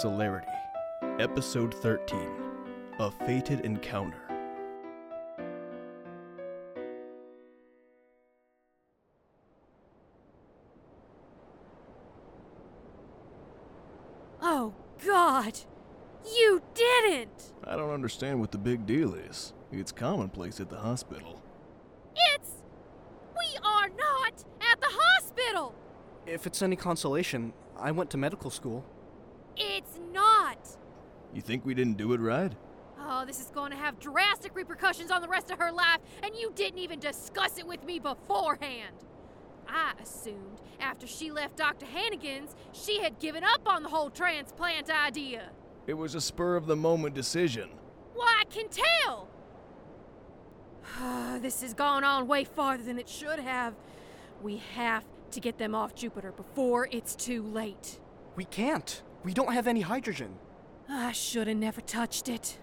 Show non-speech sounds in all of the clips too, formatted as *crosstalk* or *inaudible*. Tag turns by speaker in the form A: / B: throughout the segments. A: Celerity, Episode 13 A Fated Encounter.
B: Oh, God! You didn't!
A: I don't understand what the big deal is. It's commonplace at the hospital.
B: It's. We are not at the hospital!
C: If it's any consolation, I went to medical school.
B: It's not!
A: You think we didn't do it right?
B: Oh, this is going to have drastic repercussions on the rest of her life, and you didn't even discuss it with me beforehand! I assumed after she left Dr. Hannigan's, she had given up on the whole transplant idea.
A: It was a spur of the moment decision.
B: Why, I can tell! *sighs* this has gone on way farther than it should have. We have to get them off Jupiter before it's too late.
C: We can't. We don't have any hydrogen.
B: I should have never touched it.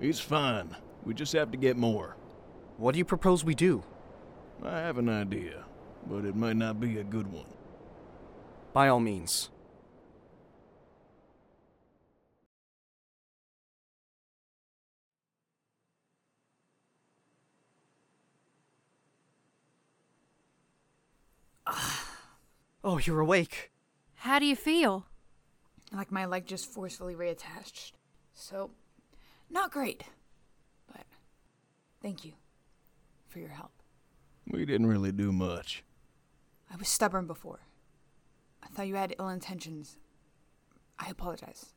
A: It's fine. We just have to get more.
C: What do you propose we do?
A: I have an idea, but it might not be a good one.
C: By all means. Oh, you're awake.
B: How do you feel?
D: like my leg just forcefully reattached. So, not great. But thank you for your help.
A: We didn't really do much.
D: I was stubborn before. I thought you had ill intentions. I apologize.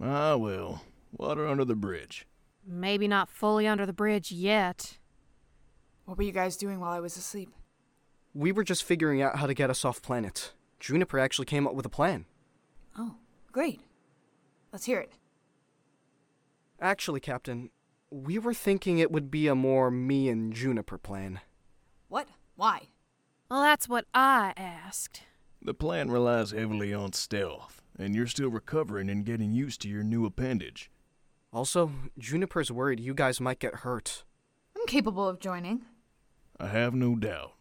A: Ah, well, water under the bridge.
B: Maybe not fully under the bridge yet.
D: What were you guys doing while I was asleep?
C: We were just figuring out how to get us off planet. Juniper actually came up with a plan.
D: Oh, great. Let's hear it.
C: Actually, Captain, we were thinking it would be a more me and Juniper plan.
D: What? Why?
B: Well, that's what I asked.
A: The plan relies heavily on stealth, and you're still recovering and getting used to your new appendage.
C: Also, Juniper's worried you guys might get hurt.
D: I'm capable of joining.
A: I have no doubt.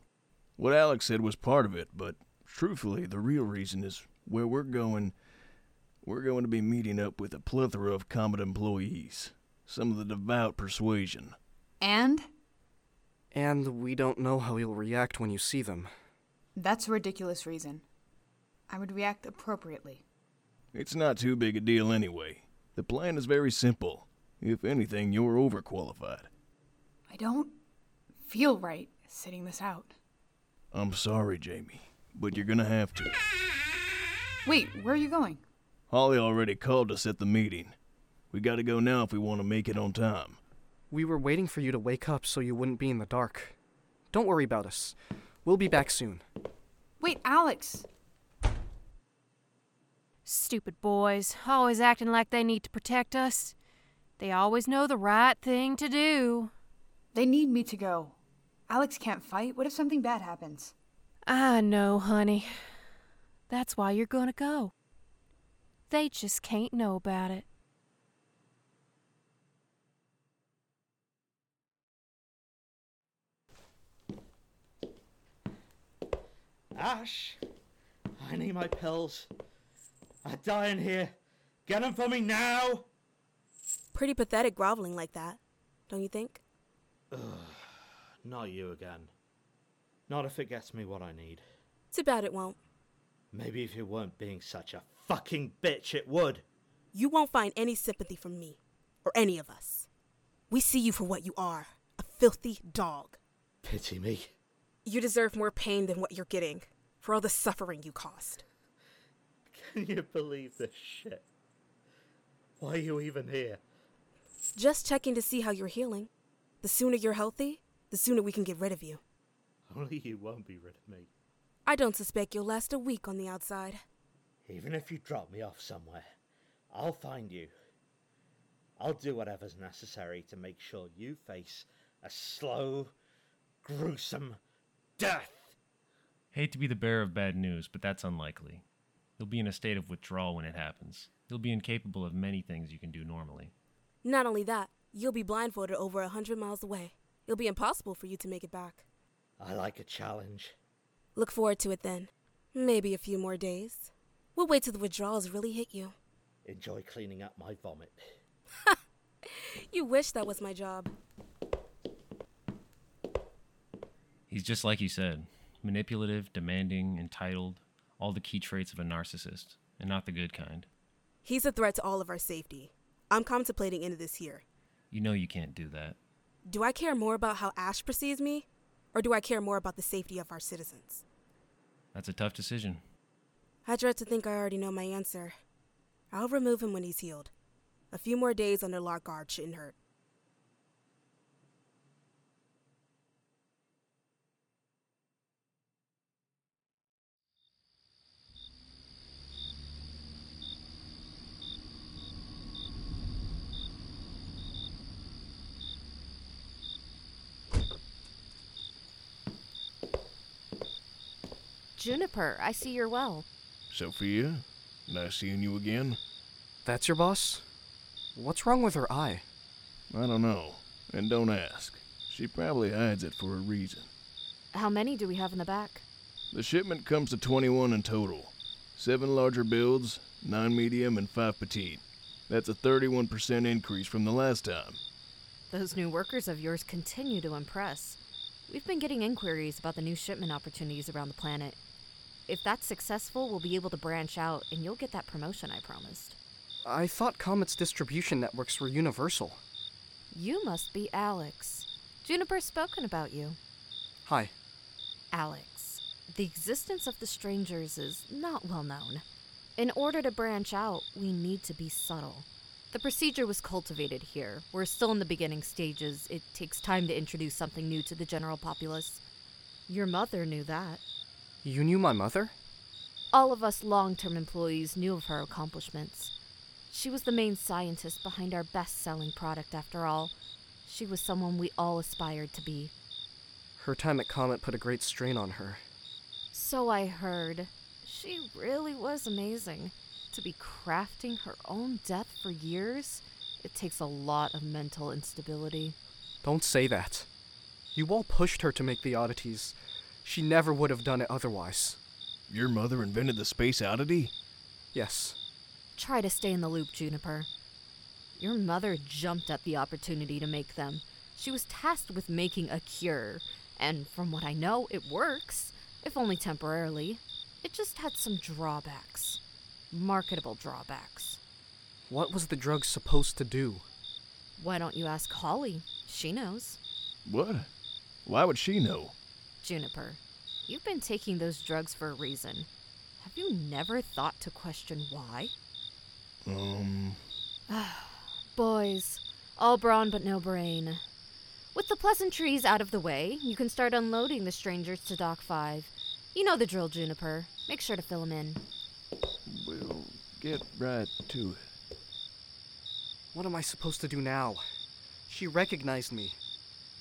A: What Alex said was part of it, but truthfully, the real reason is where we're going. We're going to be meeting up with a plethora of Comet employees, some of the devout persuasion.
D: And
C: And we don't know how you'll react when you see them.
D: that's a ridiculous reason. I would react appropriately.
A: It's not too big a deal anyway. The plan is very simple. If anything, you're overqualified.
D: I don't feel right sitting this out.
A: I'm sorry, Jamie, but you're gonna have to.
D: Wait, where are you going?
A: Holly already called us at the meeting. We gotta go now if we want to make it on time.
C: We were waiting for you to wake up so you wouldn't be in the dark. Don't worry about us. We'll be back soon.
D: Wait, Alex.
B: Stupid boys, always acting like they need to protect us. They always know the right thing to do.
D: They need me to go. Alex can't fight. What if something bad happens?
B: I know, honey. That's why you're gonna go. They just can't know about it.
E: Ash, I need my pills. I die in here. Get them for me now.
F: Pretty pathetic groveling like that, don't you think?
E: Not you again. Not if it gets me what I need.
F: Too bad it won't.
E: Maybe if you weren't being such a fucking bitch, it would.
F: You won't find any sympathy from me, or any of us. We see you for what you are a filthy dog.
E: Pity me.
F: You deserve more pain than what you're getting for all the suffering you caused.
E: Can you believe this shit? Why are you even here?
F: Just checking to see how you're healing. The sooner you're healthy, the sooner we can get rid of you.
E: Only you won't be rid of me.
F: I don't suspect you'll last a week on the outside.
E: Even if you drop me off somewhere, I'll find you. I'll do whatever's necessary to make sure you face a slow, gruesome death.
G: Hate to be the bearer of bad news, but that's unlikely. You'll be in a state of withdrawal when it happens. You'll be incapable of many things you can do normally.
F: Not only that, you'll be blindfolded over a hundred miles away. It'll be impossible for you to make it back.
E: I like a challenge.
F: Look forward to it then. Maybe a few more days. We'll wait till the withdrawals really hit you.
E: enjoy cleaning up my vomit.
F: You wish that was my job.
G: He's just like you said manipulative, demanding, entitled, all the key traits of a narcissist, and not the good kind.
F: He's a threat to all of our safety. I'm contemplating end of this year.
G: You know you can't do that.
F: Do I care more about how Ash perceives me, or do I care more about the safety of our citizens?
G: That's a tough decision.
F: I dread to think I already know my answer. I'll remove him when he's healed. A few more days under lock guard shouldn't hurt.
H: Juniper, I see you're well.
A: Sophia, nice seeing you again.
C: That's your boss? What's wrong with her eye?
A: I don't know, and don't ask. She probably hides it for a reason.
H: How many do we have in the back?
A: The shipment comes to 21 in total seven larger builds, nine medium, and five petite. That's a 31% increase from the last time.
H: Those new workers of yours continue to impress. We've been getting inquiries about the new shipment opportunities around the planet. If that's successful, we'll be able to branch out and you'll get that promotion I promised.
C: I thought Comet's distribution networks were universal.
H: You must be Alex. Juniper's spoken about you.
C: Hi.
H: Alex, the existence of the strangers is not well known. In order to branch out, we need to be subtle. The procedure was cultivated here. We're still in the beginning stages. It takes time to introduce something new to the general populace. Your mother knew that.
C: You knew my mother?
H: All of us long term employees knew of her accomplishments. She was the main scientist behind our best selling product, after all. She was someone we all aspired to be.
C: Her time at Comet put a great strain on her.
H: So I heard. She really was amazing. To be crafting her own death for years, it takes a lot of mental instability.
C: Don't say that. You all pushed her to make the oddities. She never would have done it otherwise.
A: Your mother invented the space oddity?
C: Yes.
H: Try to stay in the loop, Juniper. Your mother jumped at the opportunity to make them. She was tasked with making a cure, and from what I know, it works, if only temporarily. It just had some drawbacks. Marketable drawbacks.
C: What was the drug supposed to do?
H: Why don't you ask Holly? She knows.
A: What? Why would she know?
H: Juniper, you've been taking those drugs for a reason. Have you never thought to question why?
A: Um,
H: Boys, all brawn but no brain. With the pleasantries out of the way, you can start unloading the strangers to Dock 5. You know the drill, Juniper. Make sure to fill 'em in.
A: we'll get right to it.
C: What am I supposed to do now? She recognized me.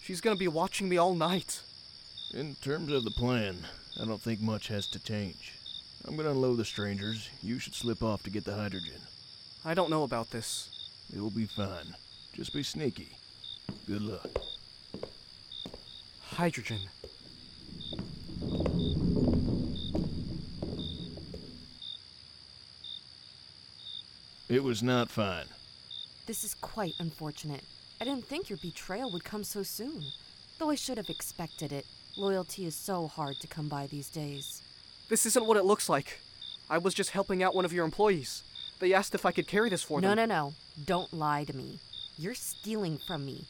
C: She's gonna be watching me all night.
A: In terms of the plan, I don't think much has to change. I'm gonna unload the strangers. You should slip off to get the hydrogen.
C: I don't know about this.
A: It will be fine. Just be sneaky. Good luck.
C: Hydrogen.
A: It was not fine.
H: This is quite unfortunate. I didn't think your betrayal would come so soon, though I should have expected it. Loyalty is so hard to come by these days.
C: This isn't what it looks like. I was just helping out one of your employees. They asked if I could carry this for
H: no,
C: them.
H: No, no, Don't lie to me. You're stealing from me.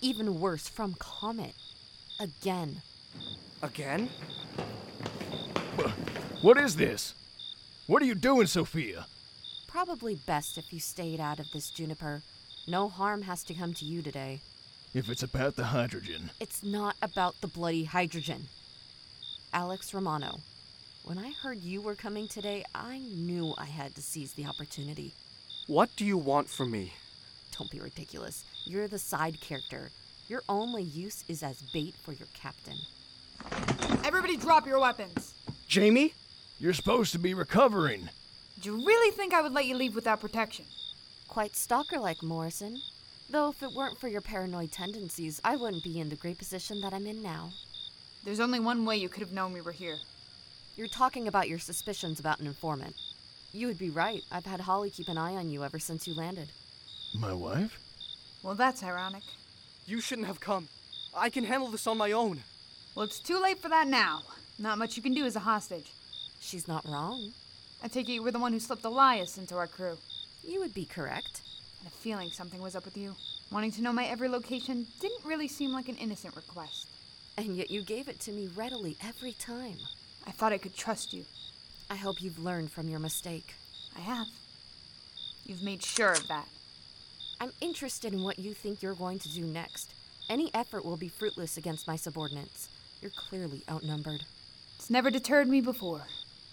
H: Even worse, from Comet. Again.
C: Again?
A: What is this? What are you doing, Sophia?
H: Probably best if you stayed out of this, Juniper. No harm has to come to you today.
A: If it's about the hydrogen,
H: It's not about the bloody hydrogen. Alex Romano, when I heard you were coming today, I knew I had to seize the opportunity.
C: What do you want from me?
H: Don't be ridiculous. You're the side character. Your only use is as bait for your captain.
D: Everybody drop your weapons.
C: Jamie?
A: you're supposed to be recovering.
D: Did you really think I would let you leave without protection?
H: Quite stalker like, Morrison. Though if it weren't for your paranoid tendencies, I wouldn't be in the great position that I'm in now.
D: There's only one way you could have known we were here.
H: You're talking about your suspicions about an informant. You would be right. I've had Holly keep an eye on you ever since you landed.
A: My wife?
D: Well, that's ironic.
C: You shouldn't have come. I can handle this on my own.
D: Well, it's too late for that now. Not much you can do as a hostage.
H: She's not wrong.
D: I take it you were the one who slipped Elias into our crew.
H: You would be correct.
D: I had a feeling something was up with you. Wanting to know my every location didn't really seem like an innocent request.
H: And yet you gave it to me readily every time.
D: I thought I could trust you.
H: I hope you've learned from your mistake.
D: I have. You've made sure of that.
H: I'm interested in what you think you're going to do next. Any effort will be fruitless against my subordinates. You're clearly outnumbered.
D: It's never deterred me before.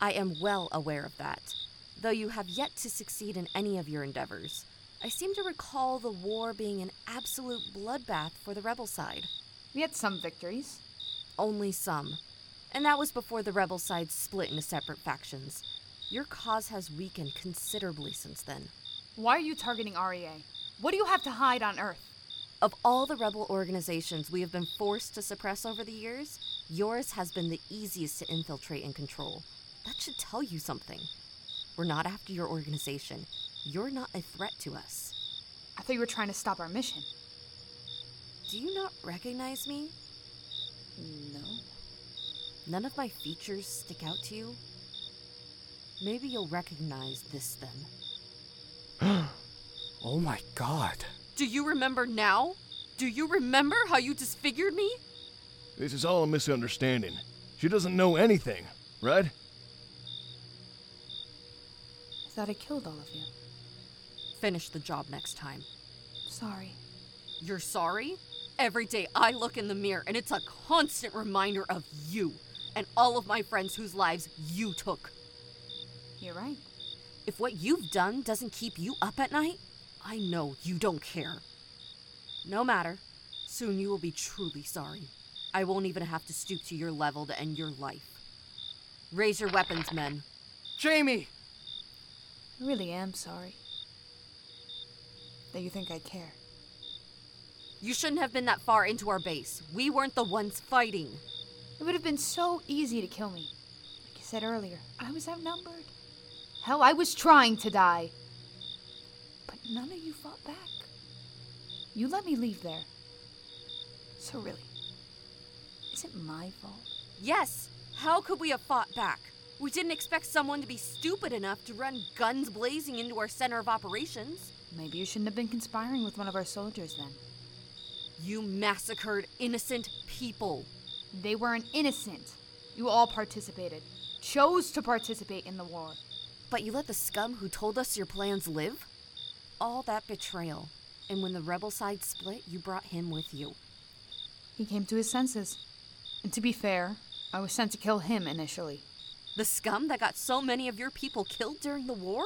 H: I am well aware of that, though you have yet to succeed in any of your endeavors. I seem to recall the war being an absolute bloodbath for the rebel side.
D: We had some victories.
H: Only some. And that was before the rebel side split into separate factions. Your cause has weakened considerably since then.
D: Why are you targeting REA? What do you have to hide on Earth?
H: Of all the rebel organizations we have been forced to suppress over the years, yours has been the easiest to infiltrate and control. That should tell you something. We're not after your organization. You're not a threat to us.
D: I thought you were trying to stop our mission.
H: Do you not recognize me?
D: No.
H: None of my features stick out to you? Maybe you'll recognize this then.
C: Oh my god.
H: Do you remember now? Do you remember how you disfigured me?
A: This is all a misunderstanding. She doesn't know anything, right?
D: I thought I killed all of you.
H: Finish the job next time.
D: Sorry.
H: You're sorry? Every day I look in the mirror and it's a constant reminder of you and all of my friends whose lives you took.
D: You're right.
H: If what you've done doesn't keep you up at night, I know you don't care. No matter. Soon you will be truly sorry. I won't even have to stoop to your level to end your life. Raise your weapons, men.
C: Jamie!
D: I really am sorry. That you think I care.
H: You shouldn't have been that far into our base. We weren't the ones fighting.
D: It would have been so easy to kill me. Like you said earlier, I was outnumbered. Hell, I was trying to die. But none of you fought back. You let me leave there. So, really, is it my fault?
H: Yes, how could we have fought back? We didn't expect someone to be stupid enough to run guns blazing into our center of operations.
D: Maybe you shouldn't have been conspiring with one of our soldiers then.
H: You massacred innocent people.
D: They weren't innocent. You all participated, chose to participate in the war.
H: But you let the scum who told us your plans live? All that betrayal. And when the rebel side split, you brought him with you.
D: He came to his senses. And to be fair, I was sent to kill him initially.
H: The scum that got so many of your people killed during the war?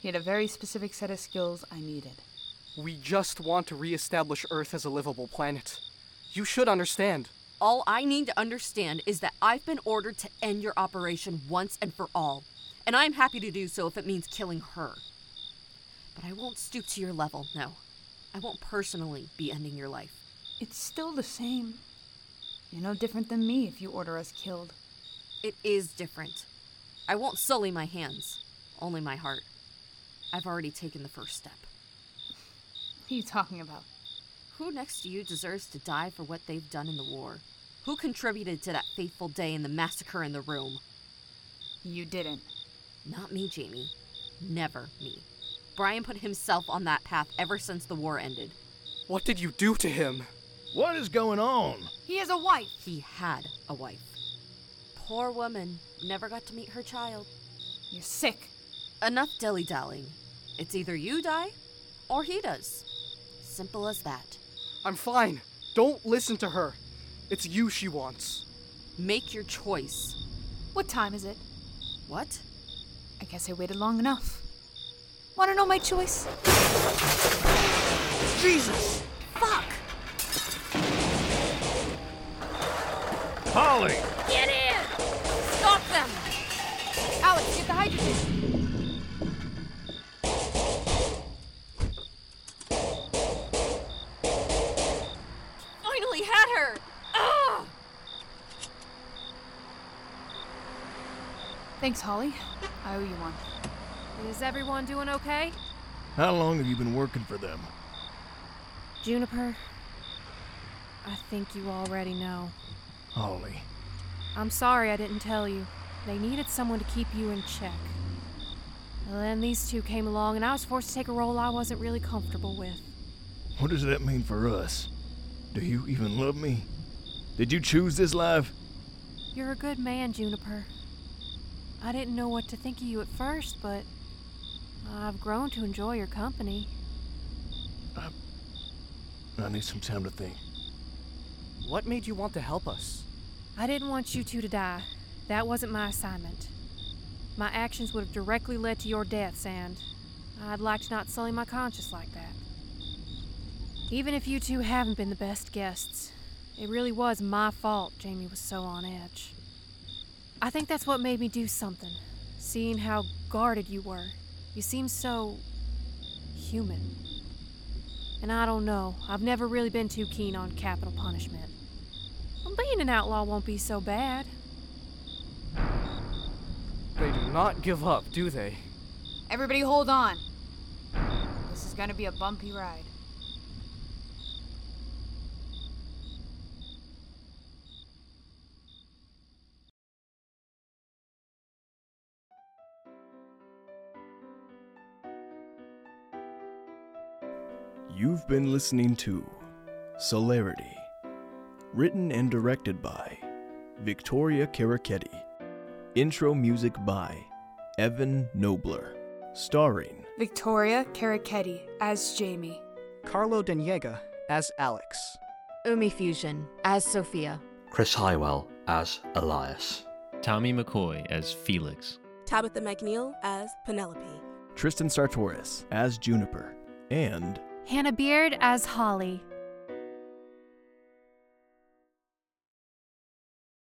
D: He had a very specific set of skills I needed.
C: We just want to reestablish Earth as a livable planet. You should understand.
H: All I need to understand is that I've been ordered to end your operation once and for all, and I'm happy to do so if it means killing her. But I won't stoop to your level, no. I won't personally be ending your life.
D: It's still the same. You're no different than me if you order us killed.
H: It is different. I won't sully my hands, only my heart. I've already taken the first step.
D: What are you talking about?
H: Who next to you deserves to die for what they've done in the war? Who contributed to that fateful day and the massacre in the room?
D: You didn't.
H: Not me, Jamie. Never me. Brian put himself on that path ever since the war ended.
C: What did you do to him?
A: What is going on?
D: He has a wife!
H: He had a wife. Poor woman never got to meet her child.
D: You're sick.
H: Enough dilly dallying. It's either you die or he does. Simple as that.
C: I'm fine. Don't listen to her. It's you she wants.
H: Make your choice.
D: What time is it?
H: What?
D: I guess I waited long enough. Wanna know my choice?
H: Jesus! Fuck!
A: Holly!
B: Get in! Stop them!
D: Alex, get the hydrogen!
B: Finally had her! Ugh!
D: Thanks, Holly. I owe you one.
B: Is everyone doing okay?
A: How long have you been working for them?
B: Juniper, I think you already know.
A: Holly.
B: I'm sorry I didn't tell you. They needed someone to keep you in check. And then these two came along, and I was forced to take a role I wasn't really comfortable with.
A: What does that mean for us? Do you even love me? Did you choose this life?
B: You're a good man, Juniper. I didn't know what to think of you at first, but I've grown to enjoy your company.
A: I need some time to think.
C: What made you want to help us?
B: I didn't want you two to die. That wasn't my assignment. My actions would have directly led to your deaths, and I'd like to not sully my conscience like that. Even if you two haven't been the best guests, it really was my fault Jamie was so on edge. I think that's what made me do something, seeing how guarded you were. You seemed so. human. And I don't know, I've never really been too keen on capital punishment. Well, being an outlaw won't be so bad.
C: They do not give up, do they?
D: Everybody hold on. This is gonna be a bumpy ride.
A: You've been listening to Celerity, written and directed by Victoria Caricetti, intro music by Evan Nobler, starring
I: Victoria Caricetti as Jamie.
C: Carlo Daniega as Alex.
H: Umi Fusion as Sophia.
E: Chris Highwell as Elias.
G: Tommy McCoy as Felix.
F: Tabitha McNeil as Penelope.
A: Tristan Sartoris as Juniper, and
B: Hannah Beard as Holly.